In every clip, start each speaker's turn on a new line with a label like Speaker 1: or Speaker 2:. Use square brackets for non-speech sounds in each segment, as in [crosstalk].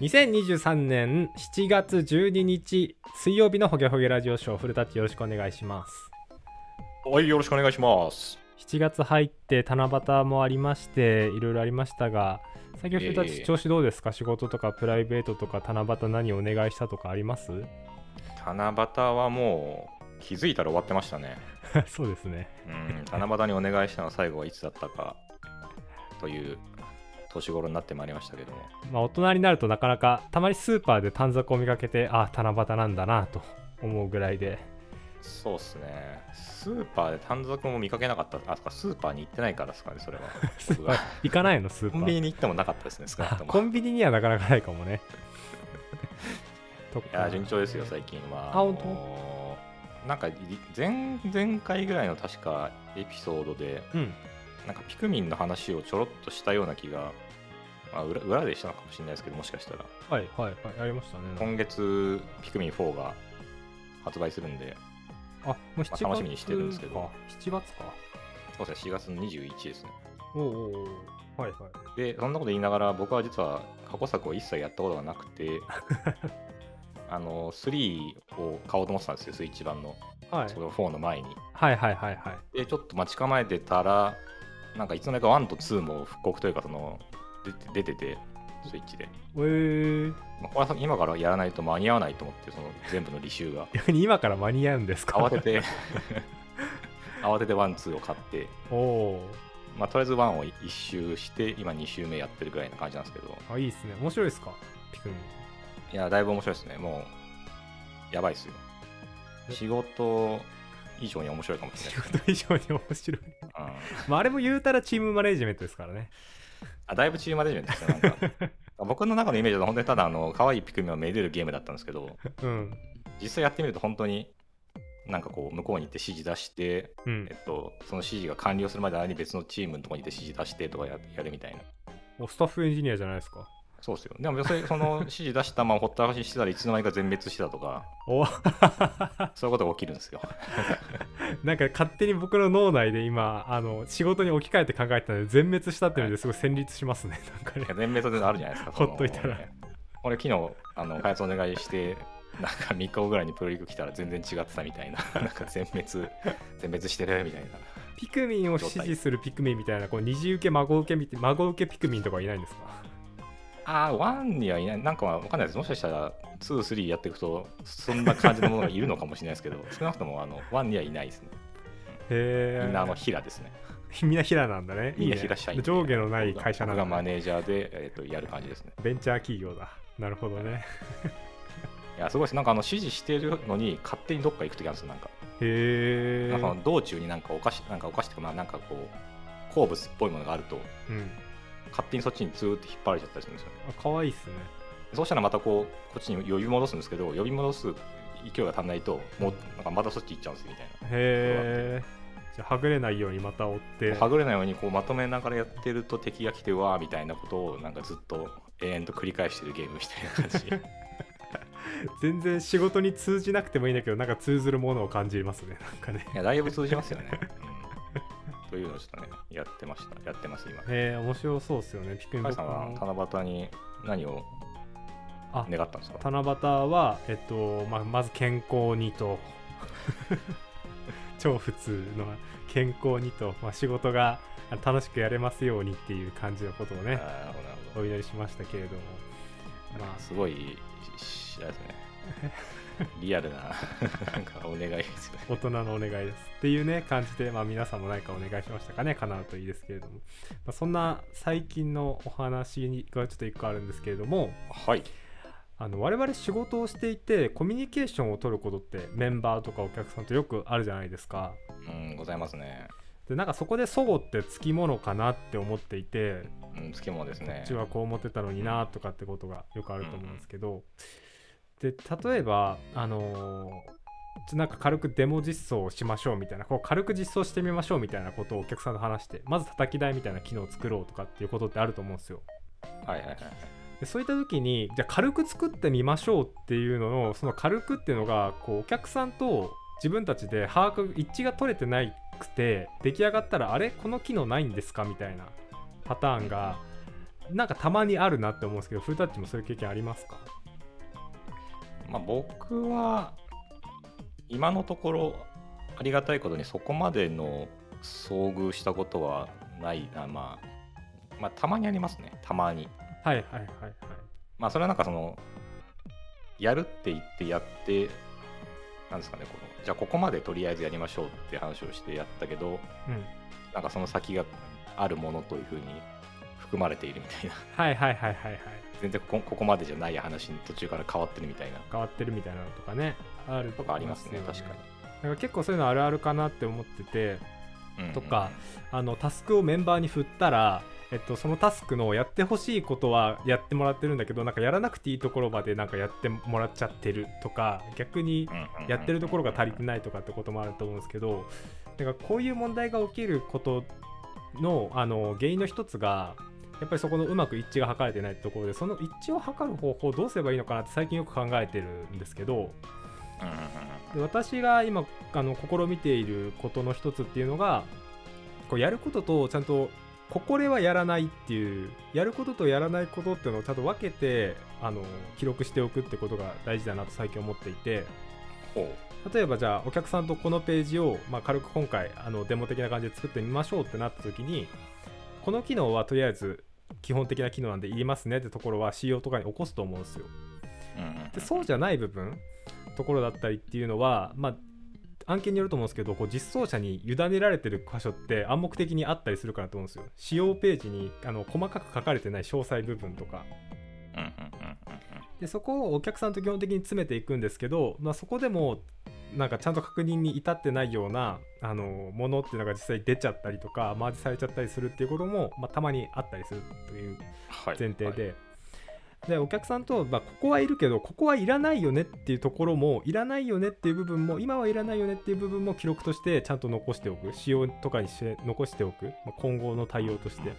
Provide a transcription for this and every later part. Speaker 1: 2023年7月12日水曜日のホゲホゲラジオショーフルタッチよろしくお願いします
Speaker 2: はい、よろしくお願いします。
Speaker 1: 7月入って七夕もありましていろいろありましたが最近フルタッ
Speaker 2: え
Speaker 1: チ
Speaker 2: え
Speaker 1: 調子どうですか、仕事とかプライベートとか七夕何お願いしたとかあります [laughs]
Speaker 2: 七夕はもう気づいたら終わってましたね。
Speaker 1: そうですね [laughs]
Speaker 2: うん、七夕にお願いしたのは最後はいつだったかという年頃になってまいりましたけども。
Speaker 1: まあ大人になるとなかなかたまにスーパーで短冊を見かけてああ七夕なんだなと思うぐらいで
Speaker 2: そうっすね。スーパーで短冊も見かけなかった、あ、そっかスーパーに行ってないからですかね、
Speaker 1: [laughs]
Speaker 2: それは。
Speaker 1: ス
Speaker 2: 僕
Speaker 1: ーパー
Speaker 2: が
Speaker 1: 行かないのスーパ
Speaker 2: コ
Speaker 1: ー
Speaker 2: ンビニに行ってもなかったですね、少なくと
Speaker 1: あコ
Speaker 2: も。
Speaker 1: ンビニにはなかなかないかもね。と
Speaker 2: いや、順調ですよ、最近は。
Speaker 1: あ本当
Speaker 2: のーなんかい前、前回ぐらいの確かエピソードで、
Speaker 1: うん。
Speaker 2: なんかピクミンの話をちょろっとしたような気が、まあ、裏裏でしたのかもしれないですけど、もしかしたら、
Speaker 1: はいはいはい。ありましたね。
Speaker 2: 今月、ピクミン4が発売するんで、
Speaker 1: あ、もう7月か。
Speaker 2: 楽しみにしてるんですけど
Speaker 1: 7月か。
Speaker 2: そうですね、4月の21ですね。
Speaker 1: おうおうおうはいはい。
Speaker 2: で、そんなこと言いながら、僕は実は過去作を一切やったことがなく
Speaker 1: [laughs]
Speaker 2: て、あの3を買おうと思ってたんですよ、スイッチ版の、
Speaker 1: はい、
Speaker 2: その4の前に。
Speaker 1: はいはいはいはい。
Speaker 2: で、ちょっと待ち構えてたら、なんかいつの間にか1と2も復刻というか、その出て出てて、スイッチで。
Speaker 1: えー、 [laughs]
Speaker 2: まあこれは今からやらないと間に合わないと思って、その全部の履
Speaker 1: [laughs]
Speaker 2: 修が。
Speaker 1: 逆に今から間に合うんですか
Speaker 2: 慌て。 [laughs] て慌ててワンツーを買って、
Speaker 1: おお
Speaker 2: まあ、とりあえずワンを1周して今2周目やってるぐらいな感じなんですけど
Speaker 1: ー。あ、いいですね。面白いですかピクミン。
Speaker 2: いやだいぶ面白いですねもうやばいっすよ仕事以上に面白いかもしれ
Speaker 1: 仕事以上に面白い。
Speaker 2: ない、うん、
Speaker 1: まあ、あれも言うたらチームマネジメントですからね。
Speaker 2: あだいぶチームマネジメントですねなんか
Speaker 1: [laughs]
Speaker 2: 僕の中のイメージは本当にただあの可愛いピクミンをめでるゲームだったんですけど
Speaker 1: うん。
Speaker 2: 実際やってみると本当になんかこう向こうに行って指示出して、
Speaker 1: うん
Speaker 2: え。っと、その指示が完了するまでの間に別のチームのとこに行って指示出してとかややるみたいな
Speaker 1: おスタッフエンジニアじゃないですか。
Speaker 2: そうですよ。でも、要
Speaker 1: [laughs]
Speaker 2: するにその指示出したままほったらかしにしてたらいつの間にか全滅してた
Speaker 1: [laughs]
Speaker 2: とか、
Speaker 1: お
Speaker 2: そういうことが起きるんですよ。
Speaker 1: なんか勝手に僕の脳内で今あの仕事に置き換えて考えてたので全滅したっていうのですごい戦慄しますね、なんか
Speaker 2: い
Speaker 1: ね
Speaker 2: や全滅であるじゃないですか。
Speaker 1: [laughs] ほっといたら
Speaker 2: その。俺、昨日、あの、開発お願いして、なんか3日後ぐらいにプロリーグ来たら全然違ってたみたいな、 [laughs] なんか全滅、全滅してるみたいな。
Speaker 1: ピクミンを支持するピクミンみたいなこう二次受け孫受けみたい孫受けピクミンとかいないんですか
Speaker 2: あー、1にはいない、なんかわかんないです。もしかしたら、2、3やっていくと、そんな感じのものがいるのかもしれないですけど、少なくとも、あの、1にはいないですね。
Speaker 1: へえ
Speaker 2: みんな、あの、ヒラですね。
Speaker 1: みんなヒラなんだね
Speaker 2: みんない
Speaker 1: いね
Speaker 2: ヒラ社員で
Speaker 1: 上下のない会社な
Speaker 2: 僕
Speaker 1: ん
Speaker 2: が
Speaker 1: だ、
Speaker 2: マ
Speaker 1: ね、
Speaker 2: ネージャーで、えっと、やる感じですね。
Speaker 1: ベンチャー企業だなるほどね
Speaker 2: いや、すごいです。なんかあの指示してるのに、勝手にどっか行くときあるんですよ、なんか。
Speaker 1: へえ
Speaker 2: なんかその道中になんかお菓子、なんかお菓子とか、まあなんかこう、好物っぽいものがあると、
Speaker 1: うん
Speaker 2: 勝手にそっちにずーっと引っ張られちゃったりするんですよね。
Speaker 1: あ可愛いっすね
Speaker 2: そうしたらまたこう、こっちに呼び戻すんですけど、呼び戻す勢いが足んないと、もう、なんかまたそっち行っちゃうんですよ、みたいな。
Speaker 1: へえじゃあはぐれないようにまた追って
Speaker 2: はぐれないようにこうまとめながらやってると敵が来てうわーみたいなことをなんかずっと永遠と繰り返してるゲームみたいな感じ
Speaker 1: 全然仕事に通じなくてもいいんだけどなんか通ずるものを感じますねなんかね
Speaker 2: いやだいぶ通じますよね、うんというのをちょっとねやってましたやってます今
Speaker 1: えー、面白そうですよね。ピクミン
Speaker 2: カイ
Speaker 1: 僕
Speaker 2: さんは
Speaker 1: も
Speaker 2: 七夕に何を
Speaker 1: あ
Speaker 2: 願ったんですか
Speaker 1: 七夕は、えっとまあ、まず健康にと [laughs] 超普通の健康にと、まあ、仕事があの楽しくやれますようにっていう感じのことをね
Speaker 2: あーなるほどなるほ
Speaker 1: お祈りしましたけれども
Speaker 2: ど
Speaker 1: まあ
Speaker 2: すごいししあれ
Speaker 1: [laughs]
Speaker 2: ですねリアルななんかお願いですね
Speaker 1: 大人のお願いですっていうね感じで、まあ、皆さんも何かお願いしましたかね叶うといいですけれども、まあ、そんな最近のお話にがちょっと一個あるんですけれども
Speaker 2: はい
Speaker 1: あの我々仕事をしていてコミュニケーションを取ることってメンバーとかお客さんとよくあるじゃないですか
Speaker 2: うんございますね
Speaker 1: でなんかそこで齟齬ってつきものかなって思っていて
Speaker 2: うんつきものです
Speaker 1: こ
Speaker 2: ね
Speaker 1: っちはこう思ってたのになとかってことがよくあると思うんですけどで例えばあのーちょなんか軽くデモ実装をしましょうみたいなこう軽く実装してみましょうみたいなことをお客さんと話してまず叩き台みたいな機能を作ろうとかっていうことってあると思うんですよ。
Speaker 2: はいはいはい
Speaker 1: でそういった時にじゃあ軽く作ってみましょうっていうののその軽くっていうのがこうお客さんと自分たちで把握一致が取れてなくて出来上がったらあれこの機能ないんですかみたいなパターンがなんかたまにあるなって思うんですけど、フルタッチもそういう経験ありますか
Speaker 2: まあ、僕は今のところありがたいことにそこまでの遭遇したことはないな、まあ、まあたまにありますねたまに
Speaker 1: はいはいはいはい。
Speaker 2: まあそれはなんかそのやるって言ってやってなんですかねこのじゃあここまでとりあえずやりましょうって話をしてやったけど
Speaker 1: うん。
Speaker 2: なんかその先があるものというふうに含まれているみたいな [laughs]
Speaker 1: はいはいはいはいはい。
Speaker 2: 全然こここまでじゃない話に途中から変わってるみたいな
Speaker 1: 変わってるみたいなのとかね。ある
Speaker 2: とかありますね確か
Speaker 1: に。なんか結構そういうのあるあるかなって思ってて、
Speaker 2: に、うん
Speaker 1: とかあのタスクをメンバーに振ったら、えっと、そのタスクのやってほしいことはやってもらってるんだけどなんかやらなくていいところまでなんかやってもらっちゃってるとか逆にやってるところが足りて
Speaker 2: い
Speaker 1: ないとかってこともあると思うんですけどなんかこういう問題が起きることのあの原因の一つがやっぱりそこのうまく一致が図れてないところでその一致を図る方法をどうすればいいのかなって最近よく考えてるんですけどで私が今あの試みていることの一つっていうのがこうやることとちゃんとここではやらないっていうやることとやらないことっていうのをちゃんと分けてあの記録しておくってことが大事だなと最近思っていて
Speaker 2: ほう
Speaker 1: 例えばじゃあお客さんとこのページを、まあ、軽く今回あのデモ的な感じで作ってみましょうってなった時にこの機能はとりあえず基本的な機能なんでいりますねってところは CO とかに起こすと思うんですよ。
Speaker 2: うんうんうん
Speaker 1: でそうじゃない部分ところだったりっていうのはまあ案件によると思うんですけどこう実装者に委ねられてる箇所って暗黙的にあったりするかなと思うんですよ使用ページにあの細かく書かれてない詳細部分とか
Speaker 2: うんうんうんうん
Speaker 1: でそこをお客さんと基本的に詰めていくんですけど、まあ、そこでもなんかちゃんと確認に至ってないようなあのものっていうのが実際出ちゃったりとかマージされちゃったりするっていうことも、まあ、たまにあったりするという
Speaker 2: はい
Speaker 1: 前提
Speaker 2: はい
Speaker 1: で。でお客さんと、まあ、ここはいるけどここはいらないよねっていうところもいらないよねっていう部分も今はいらないよねっていう部分も記録としてちゃんと残しておく仕様とかにして残しておく、まあ今後の対応としてっ
Speaker 2: うんうん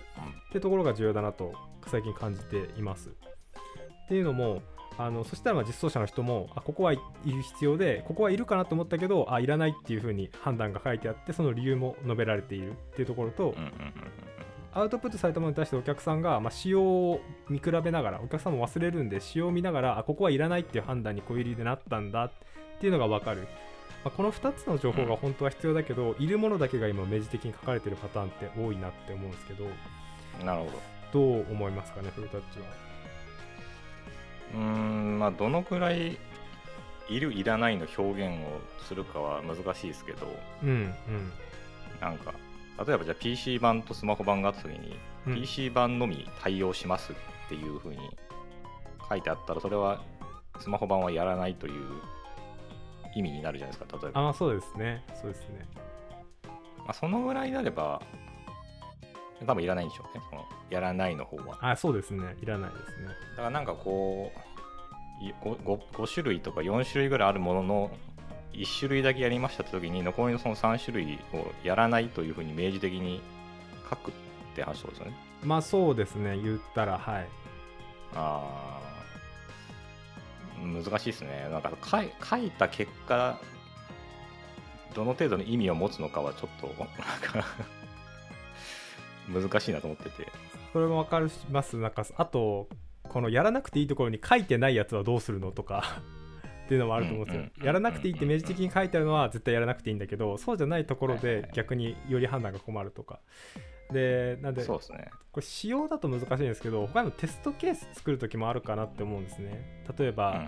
Speaker 1: てところが重要だなと最近感じています。っていうのもあのそしたらまあ実装者の人もあここはいいる必要でここはいるかなと思ったけどあいらないっていうふうに判断が書いてあってその理由も述べられているっていうところと、
Speaker 2: うんうんうん
Speaker 1: アウトプットされたものに対してお客さんが、まあ、仕様を見比べながらお客さんも忘れるんで仕様を見ながらあここはいらないっていう判断に小入りでなったんだっていうのが分かる、まあ、この2つの情報が本当は必要だけど、いるものだけが今明示的に書かれてるパターンって多いなって思うんですけど
Speaker 2: うんなるほど
Speaker 1: どう思いますかねフルタッチは
Speaker 2: うーんまあどのくらいいるいらないの表現をするかは難しいですけど
Speaker 1: うんうん
Speaker 2: なんか例えばじゃあ PC 版とスマホ版があった時に、
Speaker 1: うん
Speaker 2: PC 版のみ対応しますっていうふうに書いてあったらそれはスマホ版はやらないという意味になるじゃないですか例えば
Speaker 1: ああそうですねそうですね
Speaker 2: まあ、そのぐらいになれば多分いらないんでしょうねそのやらないの方は
Speaker 1: あそうですねいらないですね
Speaker 2: だからなんかこういごご 5, 種類とか4種類ぐらいあるものの1種類だけやりましたって時に残りのその3種類をやらないというふうに明示的に書くって話ってことですよね
Speaker 1: まあそうですね言ったらはい
Speaker 2: あー難しいですねなんか書い書いた結果どの程度の意味を持つのかはちょっとなんか [laughs] 難しいなと思ってて
Speaker 1: それもわかりますなんかあとこのやらなくていいところに書いてないやつはどうするのとか [laughs] っていうのもあると思うんです
Speaker 2: うんうんうんう
Speaker 1: よ
Speaker 2: ん
Speaker 1: やらなくていいって明示的に書いてあるのは絶対やらなくていいんだけどそうじゃないところ
Speaker 2: はいはい
Speaker 1: で
Speaker 2: はい
Speaker 1: 逆により判断が困るとかでなんで
Speaker 2: そう
Speaker 1: こ
Speaker 2: ですね
Speaker 1: れ仕様だと難しいんですけど他にもテストケース作る時もあるかなって思うんですね例えば、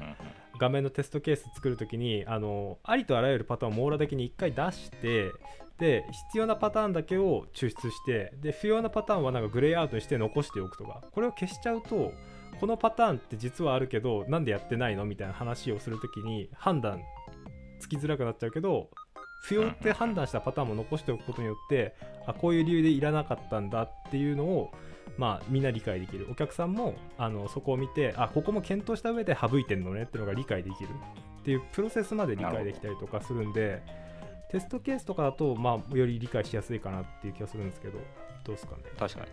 Speaker 1: 画面のテストケース作るときにあのありとあらゆるパターンを網羅的に1回出してで必要なパターンだけを抽出してで不要なパターンはなんかグレーアウトにして残しておくとかこれを消しちゃうとこのパターンって実はあるけどなんでやってないのみたいな話をするときに判断つきづらくなっちゃうけど不要って判断したパターンも残しておくことによってあこういう理由でいらなかったんだっていうのをまあみんな理解できるお客さんもあのそこを見てあここも検討した上で省いてんのねっていうのが理解できるっていうプロセスまで理解できたりとかするんでテストケースとかだとまあより理解しやすいかなっていう気がするんですけどどうですかね
Speaker 2: 確かに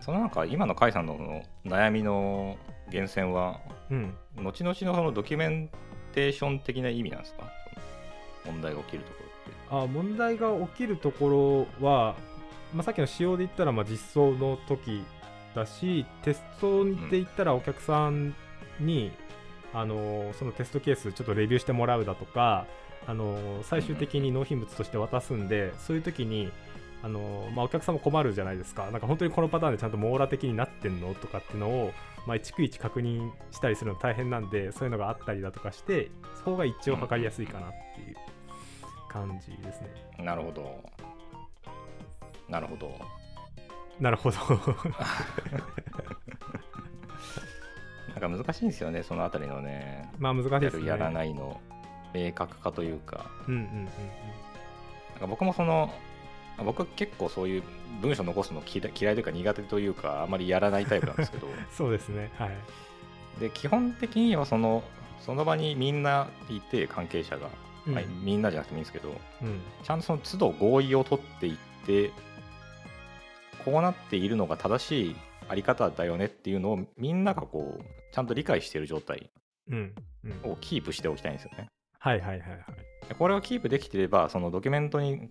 Speaker 2: そのなんか今の甲斐さんの悩みの源泉は
Speaker 1: うん
Speaker 2: 後々のそのドキュメンテーション的な意味なんですか問題が起きるところって
Speaker 1: あ問題が起きるところはまあ、さっきの仕様で言ったらまあ実装の時だしテストにで言ったらお客さんに、あのそのテストケースちょっとレビューしてもらうだとか、あの最終的に納品物として渡すんで、そういう時に、あのまあ、お客さんも困るじゃないですかなんか本当にこのパターンでちゃんと網羅的になってんのとかっていうのを、まあ、逐一確認したりするの大変なんでそういうのがあったりだとかしてそこが一応測りやすいかなっていう感じですね。
Speaker 2: なるほど。なるほど。
Speaker 1: なるほ
Speaker 2: [laughs]
Speaker 1: ど。
Speaker 2: なんか難しいんですよね、そのあたりのね。
Speaker 1: まあ難しい
Speaker 2: や
Speaker 1: です
Speaker 2: る
Speaker 1: ね。
Speaker 2: やらないの明確化というか。
Speaker 1: うんうんうんうん。
Speaker 2: なんか僕もその僕結構そういう文章残すの嫌い嫌いというか苦手というかあまりやらないタイプなんですけど
Speaker 1: そうですね。はい。
Speaker 2: で基本的にはそのその場にみんないて関係者が、
Speaker 1: うん
Speaker 2: はい、みんなじゃなくてもいいんですけど
Speaker 1: うん。
Speaker 2: ちゃんとその都度合意を取っていってこうなっているのが正しいあり方だよねっていうのをみんながこうちゃんと理解している状態
Speaker 1: うん。うん。
Speaker 2: をキープしておきたいんですよね。
Speaker 1: はいはいはいはい。
Speaker 2: でこれをキープできてればそのドキュメントに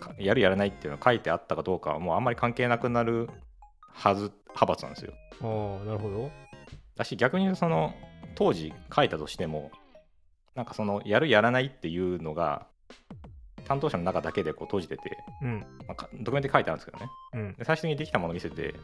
Speaker 2: かやるやらないっていうのが書いてあったかどうかはもうあんまり関係なくなるはず派閥なんですよ
Speaker 1: ああ、なるほど。
Speaker 2: だし逆にその当時書いたとしてもなんかそのやるやらないっていうのが担当者の中だけでこう閉じてて、
Speaker 1: うん。
Speaker 2: まあかドキュメントに書いてあるんですけどね
Speaker 1: うん。
Speaker 2: で最終的にできたものを見せて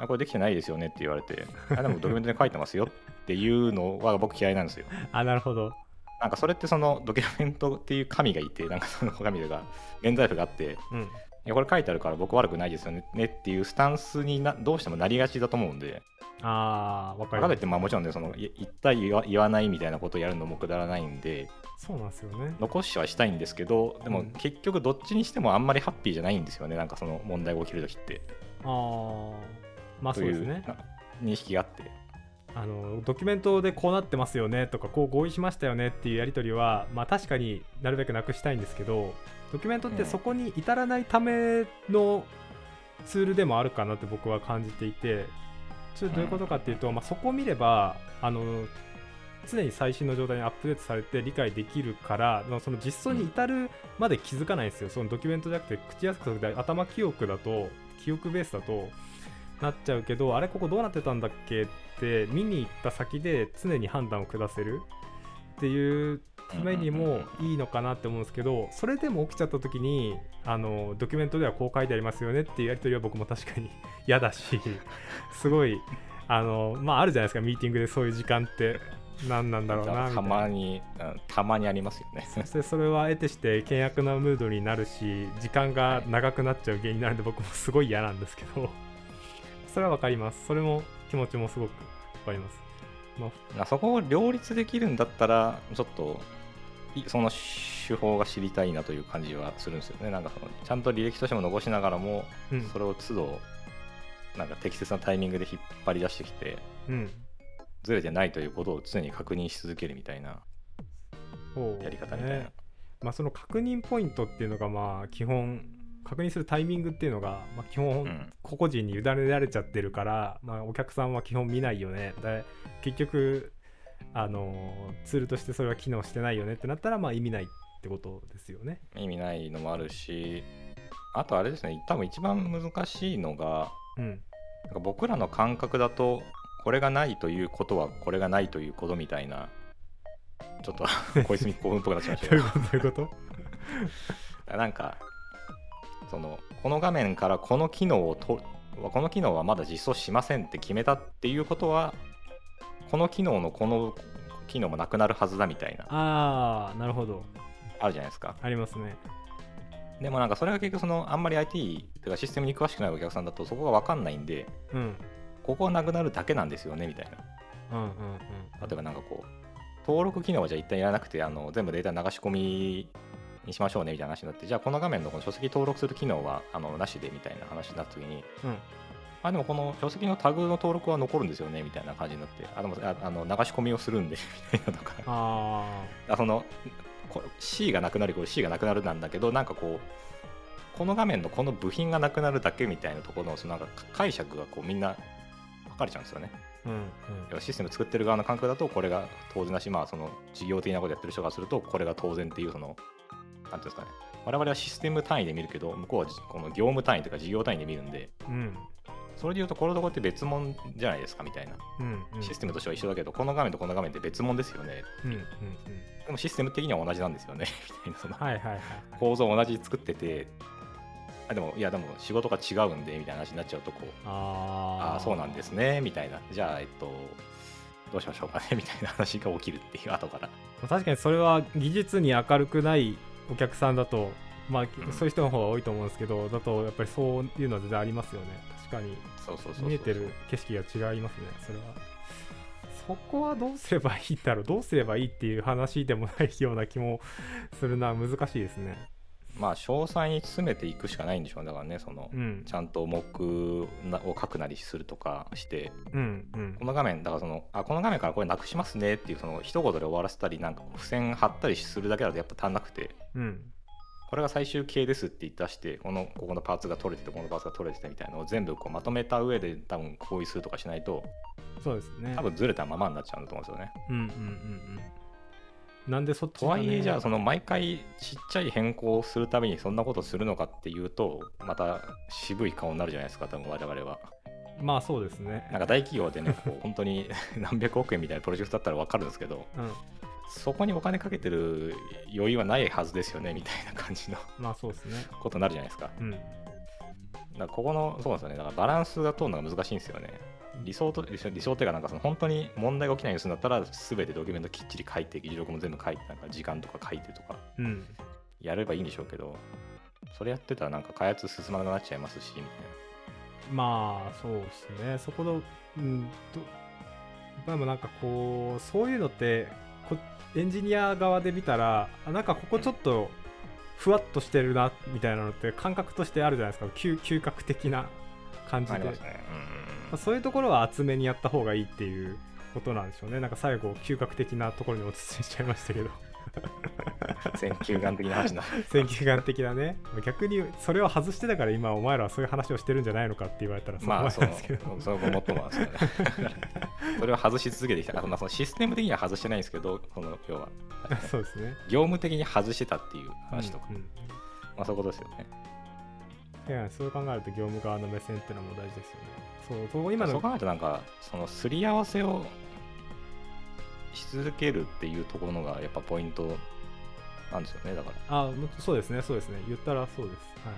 Speaker 2: あこれできてないですよねって言われてあでもドキュメントに書いてますよっていうのは僕嫌いなんですよ
Speaker 1: あ、なるほど。
Speaker 2: なんかそれってそのドキュメントっていう神がいてなんかその神が原罪譜があって
Speaker 1: うん。
Speaker 2: いやこれ書いてあるから僕悪くないですよねねっていうスタンスになどうしてもなりがちだと思うんで
Speaker 1: ああ、わか
Speaker 2: 分
Speaker 1: り
Speaker 2: か
Speaker 1: ま
Speaker 2: る
Speaker 1: す
Speaker 2: ってまあもちろんねそのい言った言わ言わないみたいなことをやるのもくだらないんで
Speaker 1: そうなんですよね。
Speaker 2: 残しはしたいんですけどで
Speaker 1: う
Speaker 2: も
Speaker 1: ん
Speaker 2: 結局どっちにしてもあんまりハッピーじゃないんですよねなんかその問題が起きる時って
Speaker 1: ああ、まあ
Speaker 2: と
Speaker 1: そう
Speaker 2: い
Speaker 1: で
Speaker 2: う
Speaker 1: すね。
Speaker 2: な認識があって
Speaker 1: あのドキュメントでこうなってますよねとかこう合意しましたよねっていうやり取りは、まあ、確かになるべくなくしたいんですけどドキュメントってそこに至らないためのツールでもあるかなって僕は感じていてちょっとどういうことかっていうと、まあ、そこを見ればあの常に最新の状態にアップデートされて理解できるからまあその実装に至るまで気づかないんですよ、そのドキュメントじゃなくて口約束で頭記憶だと記憶ベースだとなっちゃうけどあれここどうなってたんだっけって見に行った先で常に判断を下せるっていうために
Speaker 2: うんうんうん
Speaker 1: もいいのかなって思うんですけどそれでも起きちゃった時にあのドキュメントではこう書いてありますよねっていうやり取りは僕も確かに [laughs] 嫌だしすごいあのまああるじゃないですかミーティングでそういう時間って何なんだろうなみた
Speaker 2: た
Speaker 1: いな
Speaker 2: ま。にうんたまにありますよね [laughs]
Speaker 1: [laughs] そしてそれは得てして険悪なムードになるし時間が長くなっちゃう原因になるんで僕もすごい嫌なんですけど [laughs] それはわかりますそれも気持ちもすごくわかります
Speaker 2: なそこを両立できるんだったらちょっといその手法が知りたいなという感じはするんですよねなんかそのちゃんと履歴としても残しながらも、
Speaker 1: うん
Speaker 2: それを都度なんか適切なタイミングで引っ張り出してきて
Speaker 1: うん
Speaker 2: ずれてないということを常に確認し続けるみたいな
Speaker 1: そう
Speaker 2: やり方みたいな、
Speaker 1: ねまあその確認ポイントっていうのがまあ基本確認するタイミングっていうのがまあ基本、
Speaker 2: うん
Speaker 1: 個々人に委ねられちゃってるから、まあ、お客さんは基本見ないよねで結局あのツールとしてそれは機能してないよねってなったらまあ意味ないってことですよね
Speaker 2: 意味ないのもあるしあとあれですね多分一番難しいのが
Speaker 1: うん
Speaker 2: なんか僕らの感覚だとこれがないということはこれがないということみたいなちょっと
Speaker 1: [laughs]
Speaker 2: 小泉興奮っぽくなっちゃいました
Speaker 1: ど
Speaker 2: け
Speaker 1: うい
Speaker 2: ど
Speaker 1: うことどういうこと
Speaker 2: なんかそのこの画面からこの機能をとこの機能はまだ実装しませんって決めたっていうことはこの機能のこの機能もなくなるはずだみたいな
Speaker 1: [laughs] ああなるほど
Speaker 2: あるじゃないですか
Speaker 1: ありますね
Speaker 2: でもなんかそれが結局そのあんまり IT とかシステムに詳しくないお客さんだとそこが分かんないんで
Speaker 1: うんうん
Speaker 2: ここはなくなるだけなんですよねみたいな
Speaker 1: うんうん
Speaker 2: 例えばなんかこう登録機能はじゃあ一旦やらなくてあの全部データ流し込みにしましょうねみたいな話になってじゃあこの画面のこの書籍登録する機能はあのなしでみたいな話になった時に
Speaker 1: うん
Speaker 2: あでもこの書籍のタグの登録は残るんですよねみたいな感じになってあでもああの流し込みをするんでみたいなとか
Speaker 1: あ
Speaker 2: あそのこ C がなくなるこれ C がなくなるなんだけどなんかこうこの画面のこの部品がなくなるだけみたいなところのそのなんか解釈がこうみんな分かれちゃうんですよね。
Speaker 1: あうんうん
Speaker 2: 要はシステム作ってる側の感覚だとこれが当然だし、まあ、その事業的なことやってる人がするとこれが当然っていうそのなんていうんですかね我々はシステム単位で見るけど向こうはこの業務単位とか事業単位で見るんで
Speaker 1: うん
Speaker 2: それでいうとコロドコって別物じゃないですかみたいな
Speaker 1: うんうん
Speaker 2: システムとしては一緒だけどこの画面とこの画面って別物ですよね
Speaker 1: うんうんうん
Speaker 2: でもシステム的には同じなんですよね [laughs] みたいなその
Speaker 1: はいはいはい
Speaker 2: 構造同じ作っててあでもいやでも仕事が違うんでみたいな話になっちゃうとこうあ
Speaker 1: あ
Speaker 2: あそうなんですすねみたいなじゃあえっとどうしましょうかね [laughs] みたいな話が起きるっていう後から
Speaker 1: 確かにそれは技術に明るくないお客さんだとまあ、
Speaker 2: ん
Speaker 1: そういう人の方が多いと思うんですけどだとやっぱりそういうのは全然ありますよね確かに
Speaker 2: そうそうそうそう
Speaker 1: 見えてる景色が違いますねそれはそこはどうすればいいんだろうどうすればいいっていう話でもないような気もするな難しいですね
Speaker 2: まあ詳細に詰めていくしかないんでしょうねだからねその、
Speaker 1: うん
Speaker 2: ちゃんと目を書くなりするとかして
Speaker 1: うんうん
Speaker 2: この画面だからそのあこの画面からこれなくしますねっていうその一言で終わらせたりなんかこう付箋貼ったりするだけだとやっぱ足んなくて
Speaker 1: うん
Speaker 2: これが最終形ですって言い出してこのここのパーツが取れててこのパーツが取れててみたいなのを全部こうまとめた上で多分合意するとかしないと
Speaker 1: そうですね
Speaker 2: 多分ずれたままになっちゃうんだと思うんですよね。
Speaker 1: うんうんうんうんなんでそっち
Speaker 2: と
Speaker 1: が
Speaker 2: は
Speaker 1: ね
Speaker 2: いえじゃあその毎回ちっちゃい変更をするためにそんなことするのかっていうとまた渋い顔になるじゃないですか多分我々は。
Speaker 1: まあそうですね
Speaker 2: なんか大企業 [laughs] でねこう本当に何百億円みたいなプロジェクトだったら分かるんですけど
Speaker 1: うん
Speaker 2: そこにお金かけてる余裕はないはずですよねみたいな感じの
Speaker 1: まあそうですね
Speaker 2: ことになるじゃないですか。
Speaker 1: うん
Speaker 2: だからここのそうなんですよねだからバランスが取るのが難しいんですよね。理想と理想理想っていうかなんかその本当に問題が起きないようにするんだったら全てドキュメントきっちり書いて議事録も全部書いてなんか時間とか書いてとか
Speaker 1: うん
Speaker 2: やればいいんでしょうけどそれやってたらなんか開発進まなくなっちゃいますしみたい
Speaker 1: まあそうですねそこのうんとまあでもなんかこうそういうのってこエンジニア側で見たらあなんかここちょっとふわっとしてるなみたいなのって感覚としてあるじゃないですか嗅嗅覚的な感じ
Speaker 2: な
Speaker 1: で
Speaker 2: ありますね
Speaker 1: まあそういうところは厚めにやった方がいいっていうことなんでしょうねなんか最後嗅覚的なところに落ち着いちゃいましたけど [laughs]
Speaker 2: うん選球眼的な話になる
Speaker 1: 選球眼的なね逆にそれを外してたから今お前らはそういう話をしてるんじゃないのかって言われた [laughs] らそこ
Speaker 2: ま
Speaker 1: ま
Speaker 2: あ
Speaker 1: で
Speaker 2: そ
Speaker 1: なん
Speaker 2: の
Speaker 1: ですけど、
Speaker 2: そのごもっともなんですよねそれを外し続けてきたから、まあ、そのシステム的には外してないんですけどこの要は
Speaker 1: [laughs] そうですね
Speaker 2: 業務的に外してたっていう話とか、
Speaker 1: うんうん
Speaker 2: まあそういうことですよね
Speaker 1: いやそう考えると業務側の目線ってのも大事ですよね。そう、そう今
Speaker 2: そう
Speaker 1: の
Speaker 2: 考えるとなんかそのすり合わせをし続けるっていうところがやっぱポイントなんですよねだから
Speaker 1: あもうそうですね、そうですね、言ったらそうです。はい、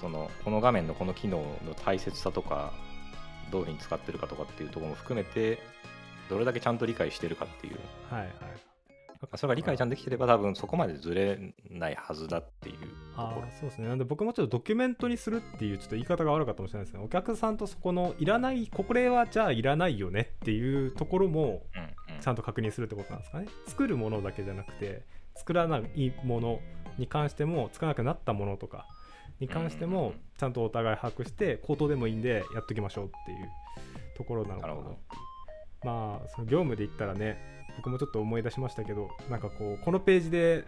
Speaker 2: そのこの画面のこの機能の大切さとかどういうふうに使ってるかとかっていうところも含めてどれだけちゃんと理解してるかっていう
Speaker 1: はい、はい。
Speaker 2: まあそれが理解ちゃんとできてれば多分そこまでずれないはずだっていうと
Speaker 1: あ
Speaker 2: ころ
Speaker 1: ーそうですね。なんで僕もちょっとドキュメントにするっていうちょっと言い方が悪かったかもしれないですね。お客さんとそこのいらない、これはじゃあいらないよねっていうところも
Speaker 2: うんうん
Speaker 1: ちゃんと確認するってことなんですかね。作るものだけじゃなくて、作らないものに関しても、作らなくなったものとかに関して
Speaker 2: うんうんう
Speaker 1: も
Speaker 2: ん、
Speaker 1: ちゃんとお互い把握して、口頭でもいいんでやっときましょうっていうところなの
Speaker 2: な
Speaker 1: か
Speaker 2: る
Speaker 1: な
Speaker 2: ほど
Speaker 1: まあその業務で言ったらね僕もちょっと思い出しましたけどなんかこうこのページで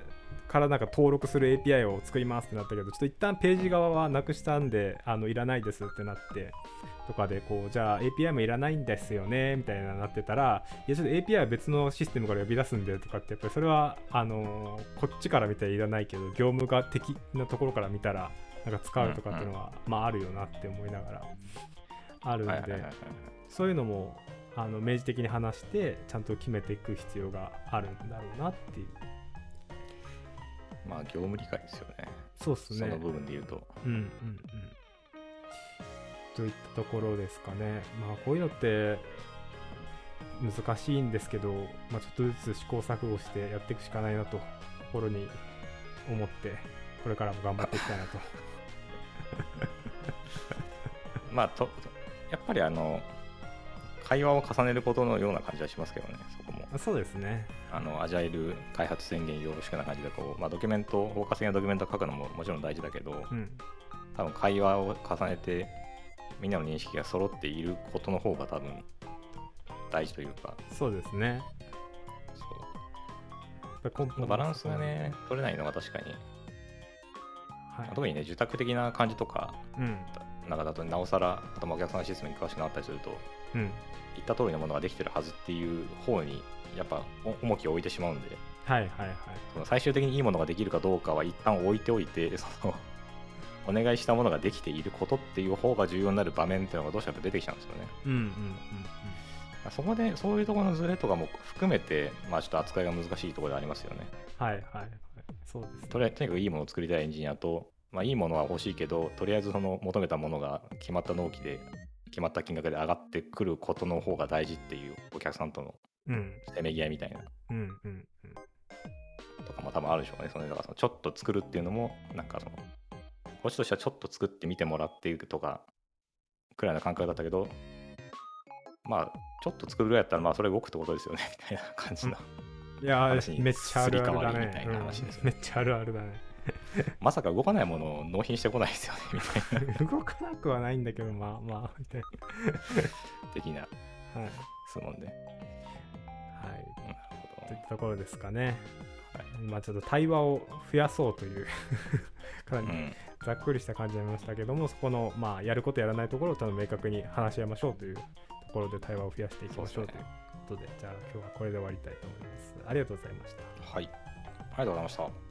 Speaker 1: からなんか登録する API を作りますってなったけどちょっと一旦ページ側はなくしたんであのいらないですってなってとかでこうじゃあ API もいらないんですよねみたいななってたらいやちょっと API は別のシステムから呼び出すんでとかってやっぱりそれはあのーこっちから見たらいらないけど業務が的なところから見たらなんか使うとかっていうのは、まああるよなって思いながらあるんで、
Speaker 2: はいはいはいはい
Speaker 1: そういうのもあの明示的に話してちゃんと決めていく必要があるんだろうなっていう
Speaker 2: まあ業務理解ですよね
Speaker 1: そうっす
Speaker 2: そ
Speaker 1: ね
Speaker 2: の部分で言うと
Speaker 1: うんうんうんといったところですかねまあこういうのって難しいんですけど、まあ、ちょっとずつ試行錯誤してやっていくしかないなと心に思ってこれからも頑張っていきたいな
Speaker 2: [laughs]
Speaker 1: と
Speaker 2: まあととやっぱりあの会話を重ねることのような感じはしますけどねそこも
Speaker 1: あそうですね
Speaker 2: あのアジャイル開発宣言よろしくな感じでこう、まあ、ドキュメント包括的なドキュメントを書くのももちろん大事だけど、
Speaker 1: うん
Speaker 2: 多分会話を重ねてみんなの認識が揃っていることの方が多分大事というか
Speaker 1: そうですね
Speaker 2: そ
Speaker 1: 根本
Speaker 2: うバランスがね取れないのが確かに、
Speaker 1: はい
Speaker 2: 特にね受託的な感じとか
Speaker 1: うん
Speaker 2: なんかだとなおさらあとまあお客さんのシステムに詳しくなったりすると
Speaker 1: うん
Speaker 2: 言った通りのものができてるはずっていう方にやっぱお重きを置いてしまうんで
Speaker 1: はいはいはい。
Speaker 2: その最終的にいいものができるかどうかは一旦置いておいて [laughs] そのお願いしたものができていることっていう方が重要になる場面っていうのがどうしても出てきちゃうんですよね。
Speaker 1: うんうんうん
Speaker 2: そこでそういうところのズレとかも含めて、まあ、ちょっと扱いが難しいところではありますよね。
Speaker 1: うん。はいはいはい。そうですね。
Speaker 2: とりあえずとにかくいいものを作りたいエンジニアと、まあ、いいものは欲しいけどとりあえずその求めたものが決まった納期で決まった金額で上がってくることの方が大事っていうお客さんとの
Speaker 1: うん
Speaker 2: せめぎ合いみたいな
Speaker 1: うんうんうん。
Speaker 2: とかも多分あるでしょうね。そのだからそのちょっと作るっていうのもなんかそのこっちとしてはちょっと作ってみてもらっていくとかくらいの感覚だったけどまあちょっと作るぐらいだったらまあそれ動くってことですよね [laughs] みたいな感じの
Speaker 1: いや
Speaker 2: 話
Speaker 1: ー、
Speaker 2: に
Speaker 1: めっちゃあるあるだ
Speaker 2: すり替わ
Speaker 1: ね
Speaker 2: りみたいな話ですよ
Speaker 1: うんめっちゃあるあるだね。 [laughs]
Speaker 2: まさか動かないものを納品してこないですよね [laughs] みたい
Speaker 1: 動かなくはないんだけど、まあまあ、みたい
Speaker 2: な的
Speaker 1: な。
Speaker 2: な
Speaker 1: はい。
Speaker 2: 質問で。
Speaker 1: はい。
Speaker 2: うんなるほ
Speaker 1: と
Speaker 2: ど
Speaker 1: いったところですかね。
Speaker 2: はい
Speaker 1: まあちょっと対話を増やそうという [laughs] かな
Speaker 2: う
Speaker 1: り
Speaker 2: ん
Speaker 1: ざっくりした感じになりましたけども、そこの、まあ、やることやらないところを多分明確に話し合いましょうというところで対話を増やしていきましょうと
Speaker 2: そう
Speaker 1: いう
Speaker 2: ですね
Speaker 1: ことで、じゃあ今日はこれで終わりたいと思います。ありがとうございました。
Speaker 2: はい。ありがとうございました。